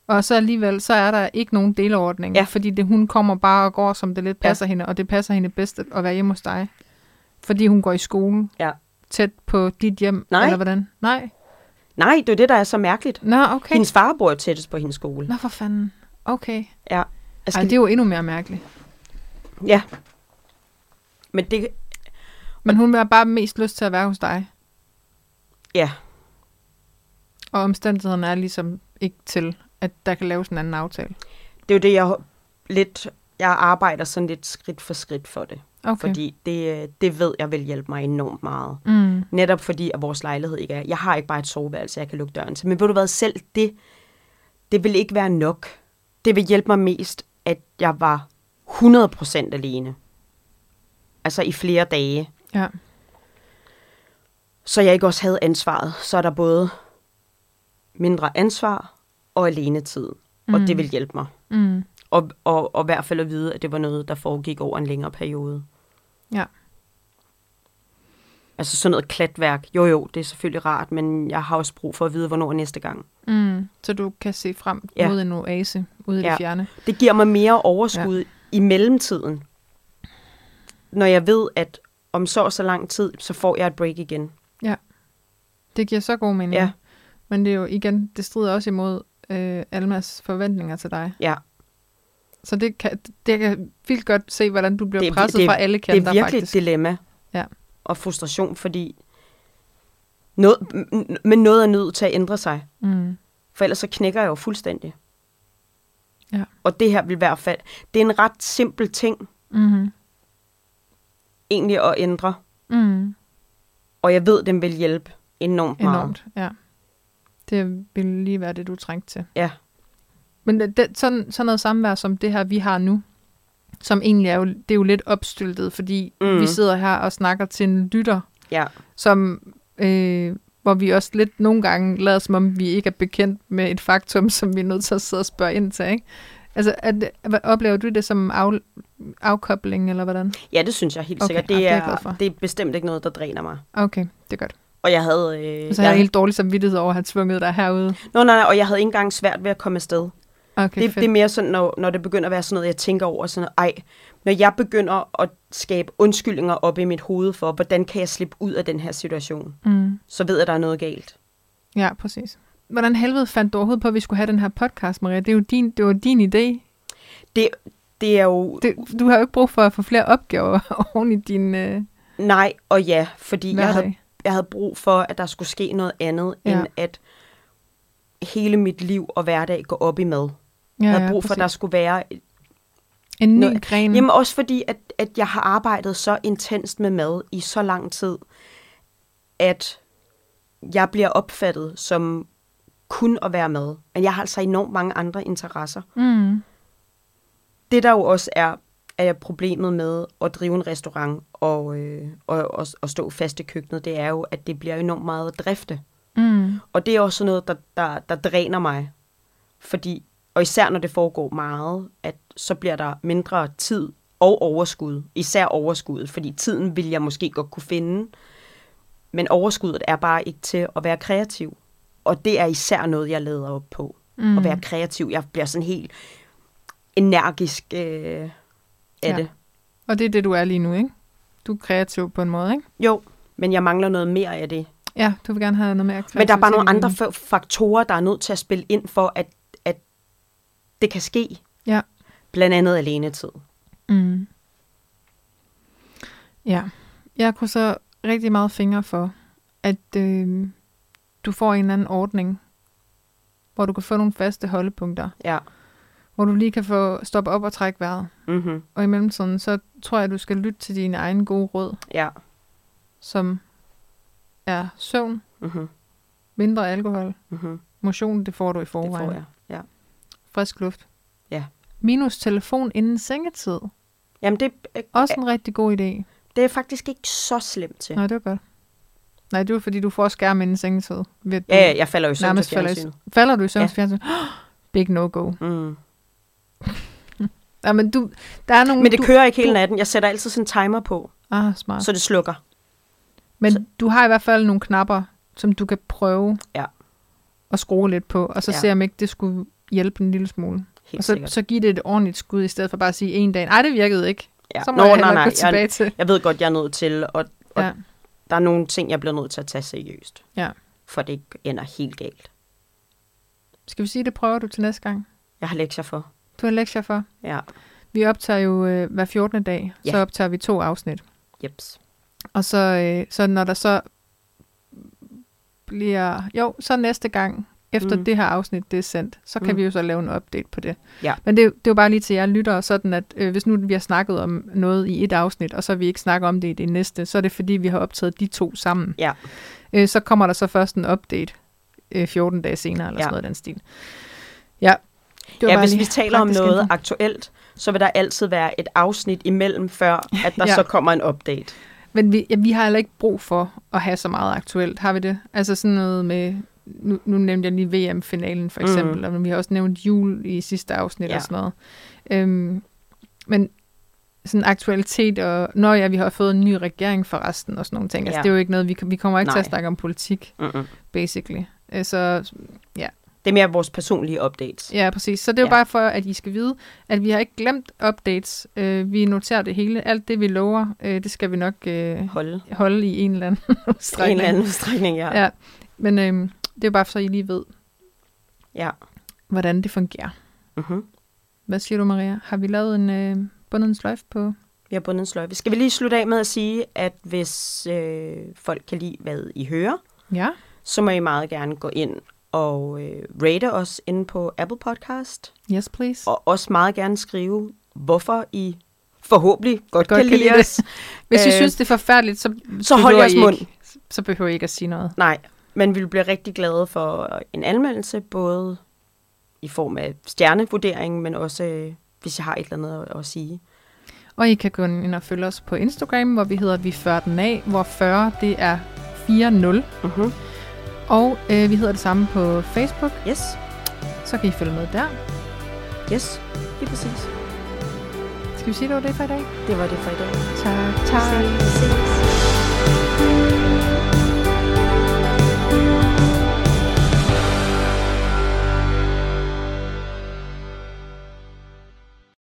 Og så alligevel, så er der ikke nogen delordning,
Ja.
fordi det, hun kommer bare og går, som det lidt
Ja.
passer hende, og det passer hende bedst at være hjemme hos dig. Fordi hun går i skole
Ja.
tæt på dit hjem,
Nej.
eller hvordan? Nej.
Nej, det er jo det, der er så mærkeligt.
Nå, okay.
Okay. Hendes far bor jo tættest på hendes skole.
Nå, for fanden. Okay.
Ja.
Ej, det er jo endnu mere mærkeligt.
ja. Men det,
Men hun har bare mest lyst til at være hos dig.
ja,
Og omstændighederne er ligesom ikke til, at der kan laves en anden aftale.
det er jo det, jeg lidt, jeg arbejder sådan lidt skridt for skridt for det.
Okay.
Fordi det, øh, det ved jeg vil hjælpe mig enormt meget.
Mm.
Netop fordi, at vores lejlighed ikke er... Jeg har ikke bare et soveværelse, jeg kan lukke døren til. Men ved du hvad, selv det, det vil ikke være nok. Det vil hjælpe mig mest, at jeg var 100% alene. Altså i flere dage.
Ja.
Så jeg ikke også havde ansvaret. Så er der både mindre ansvar og alenetid. Mm. Og
Mm.
det vil hjælpe mig.
Mm.
Og, og, og i hvert fald at vide, at det var noget, der foregik over en længere periode.
Ja.
Altså sådan noget klatværk. Jo jo, det er selvfølgelig rart, men jeg har også brug for at vide, hvornår er næste gang.
Mm. Så du kan se frem
Ja.
mod en oase ude i ja.
Ja.
det fjerne.
Det giver mig mere overskud ja. i mellemtiden. Når jeg ved, at om så og så lang tid, så får jeg et break igen.
Det giver så god mening.
Ja.
Men det er jo igen, det strider også imod øh, Almas forventninger til dig.
Ja.
Så det kan, det kan vildt godt se, hvordan du bliver
Det er-
presset
det er-
fra alle
Det er
kanter
virkelig
faktisk.
et dilemma.
Ja.
Og frustration, fordi noget, m- m- men noget er nødt til at ændre sig.
Mm.
For ellers så knækker jeg jo fuldstændig.
Ja.
Og det her vil i hvert fald... Det er en ret simpel ting
Mm-hmm.
egentlig at ændre.
Mm.
Og jeg ved, den vil hjælpe enormt meget.
Enormt, ja. Det ville lige være det, du trængte til.
Ja.
Men det, det, sådan, sådan noget samvær som det her, vi har nu, som egentlig er jo, det er jo lidt opstyltet, fordi mm.
Mm.
vi sidder her og snakker til en lytter,
Ja.
som, øh, hvor vi også lidt nogle gange lader som om, vi ikke er bekendt med et faktum, som vi er nødt til at sidde og spørge ind til, ikke? Altså, er det, hvad, oplever du det som af, afkobling, eller hvordan?
Ja, det synes jeg helt
Okay,
sikkert.
ah, det
Det
er
er,
jeg glad for.
det er bestemt ikke noget, der dræner mig.
Okay, det er godt.
Og jeg havde... Øh,
Så jeg har
jeg,
helt dårlig samvittighed over at have tvunget dig herude.
Nå, nej, nej, og jeg havde ikke engang svært ved at komme afsted.
Okay,
Det,
fedt.
det er mere sådan, når, når det begynder at være sådan noget, jeg tænker over. Sådan noget, ej, når jeg begynder at skabe undskyldninger op i mit hoved for, hvordan kan jeg slippe ud af den her situation,
Mm.
så ved jeg, at der er noget galt.
Ja, præcis. Hvordan helvede fandt du overhovedet på, at vi skulle have den her podcast, Maria? Det, er jo din, det var din idé.
Det, det er jo...
Det, du har jo ikke brug for at få flere opgaver oven i din øh,
Nej og ja, fordi jeg havde
hverdag.
jeg havde brug for, at der skulle ske noget andet,
Ja.
ja. end at hele mit liv og hverdag går op i mad.
Ja,
Jeg
ja,
havde brug for, at der
præcis. Mm.
skulle være...
En ny
noget-
gren.
Jamen også fordi, at, at jeg har arbejdet så intenst med mad i så lang tid, at jeg bliver opfattet som kun at være mad. Men jeg har altså enormt mange andre interesser.
Mm.
det der jo også er, er problemet med at drive en restaurant og, øh, og, og, og stå fast i køkkenet, det er jo, at det bliver enormt meget drifte.
Mm.
Og det er også noget, der, der, der dræner mig. Fordi, og især når det foregår meget, at så bliver der mindre tid og overskud. Især overskuddet, fordi tiden vil jeg måske godt kunne finde. Men overskuddet er bare ikke til at være kreativ. Og det er især noget, jeg lader op på
Mm.
mm. at være kreativ. Jeg bliver sådan helt energisk øh, af
Ja.
ja. det.
Og det er det, du er lige nu, ikke? Du er kreativ på en måde, ikke?
Jo, men jeg mangler noget mere af det.
Ja, du vil gerne have noget mere kreativitet.
Men der er bare nogle
i
andre
livet.
fa- faktorer, der er nødt til at spille ind for, at, at det kan ske.
Ja.
Blandt andet alenetid.
Mm. Ja, jeg kunne så rigtig meget fingre for, at øh, du får en eller anden ordning, hvor du kan få nogle faste holdepunkter,
Ja.
hvor du lige kan få stoppe op og trække vejret.
Mm-hmm.
Og i mellemtiden, så tror jeg, at du skal lytte til dine egne gode råd,
Ja.
som er søvn,
Mm-hmm.
mindre alkohol,
Mm-hmm.
motion, det får du i
Det
forvejen,
får jeg. Ja.
frisk luft.
Ja.
Minus telefon inden sengetid.
Jamen, det,
Også en rigtig god idé.
det er faktisk ikke så slemt til.
Nej, det var godt. Nej, det var fordi, du får skærm inden sengetid. Ved, at du
Ja, ja, jeg falder jo i søvn til
nærmest falder,
fjernsynet.
i, falder du i søvn
Ja.
til fjernsynet? Big no-go.
Mm.
Ja, men du, der er nogle...
Men det
du,
kører ikke hele
du-
natten. Jeg sætter altid sådan en timer på,
ah, smart.
så det slukker.
Men
så-
du har i hvert fald nogle knapper, som du kan prøve
Ja.
at skrue lidt på, og så
Ja.
se, om ikke det skulle hjælpe en lille smule.
Helt
og så,
sikkert.
så give det et ordentligt skud, i stedet for bare at sige en dag, nej, det virkede ikke.
Ja.
Så må
Nå,
jeg
nej,
hellere
nej.
gå
Jeg,
tilbage til.
jeg ved godt, jeg er nødt til, og, og
Ja.
der er nogle ting, jeg bliver nødt til at tage seriøst.
Ja.
For det ikke ender helt galt.
Skal vi sige, det prøver du til næste gang?
Jeg har lektier for.
Du har lektier for.
Ja.
Vi optager jo øh, hver 14. dag,
Ja.
så optager vi to afsnit.
Jeps.
Og så, øh, så når der så bliver... Jo, så næste gang, efter mm.
Mhm.
det her afsnit det er sendt, så kan
Mhm.
mm. vi jo så lave en update på det.
Ja.
Men det, er jo- det er jo bare lige til jer lyttere, sådan at øh, hvis nu vi har snakket om noget i et afsnit, og så vi ikke snakker om det i det næste, så er det fordi, vi har optaget de to sammen.
Ja.
Øh, så kommer der så først en update øh, 14 dage senere, eller
Ja.
ja. sådan noget i den stil. Ja. Det var
Ja,
bare
hvis
lige
vi taler om
praktisk
noget
info.
aktuelt, så vil der altid være et afsnit imellem, før at der
Ja.
ja. så kommer en update.
Men vi, ja, vi har heller ikke brug for at have så meget aktuelt, har vi det? Altså sådan noget med, nu, nu nævnte jeg lige VM-finalen for
Mm.
eksempel, mm. og vi har også nævnt jul i sidste afsnit ja.
Ja.
og sådan noget. Øhm, men sådan aktualitet og, når ja, vi har fået en ny regering for resten og sådan nogle ting, altså
Ja.
det er jo ikke noget, vi, kan- vi kommer ikke til at
Nej.
snakke om politik,
Mm-mm.
basically. Øh, Så
Det er mere vores personlige updates.
ja, præcis. Så det er jo
Ja.
bare for, at I skal vide, at vi har ikke glemt updates. Øh, Vi noterer det hele. Alt det, vi lover, øh, det skal vi nok øh,
Holde
holde i en eller anden
en
udstrækning.
eller anden udstrækning, ja. ja.
Ja, men øhm, det er bare så I lige ved,
ja.
hvordan det fungerer.
Mm-hmm.
Hvad siger du, Maria? Har vi lavet en øh, bundet en sløjf på?
Vi har bundet en sløjfe. Skal vi lige slutte af med at sige, at hvis øh, folk kan lide, hvad I hører,
Ja.
så må I meget gerne gå ind og øh, rate os inde på Apple Podcast.
Yes, please.
og også meget gerne skrive, hvorfor I forhåbentlig godt, godt kan lide
det.
os.
Hvis øh, I
øh,
synes, det er forfærdeligt, så,
så hold
behøver
jeres
I ikke-
mund.
Så behøver I ikke at sige noget.
Nej, men vi bliver rigtig glade for en anmeldelse, både i form af stjernevurdering, men også øh, hvis jeg har et eller andet at, at sige.
Og I kan gå ind og følge os på Instagram, hvor vi hedder Vi 40 den af, hvor 40 det er 4-0.
Mm-hmm.
Og øh, vi hedder det samme på Facebook,
Yes,
så kan I følge med der.
yes, lige præcis.
Skal vi sige, det var det for i dag?
Det var det for i dag.
Tak. tak.
Vi ses.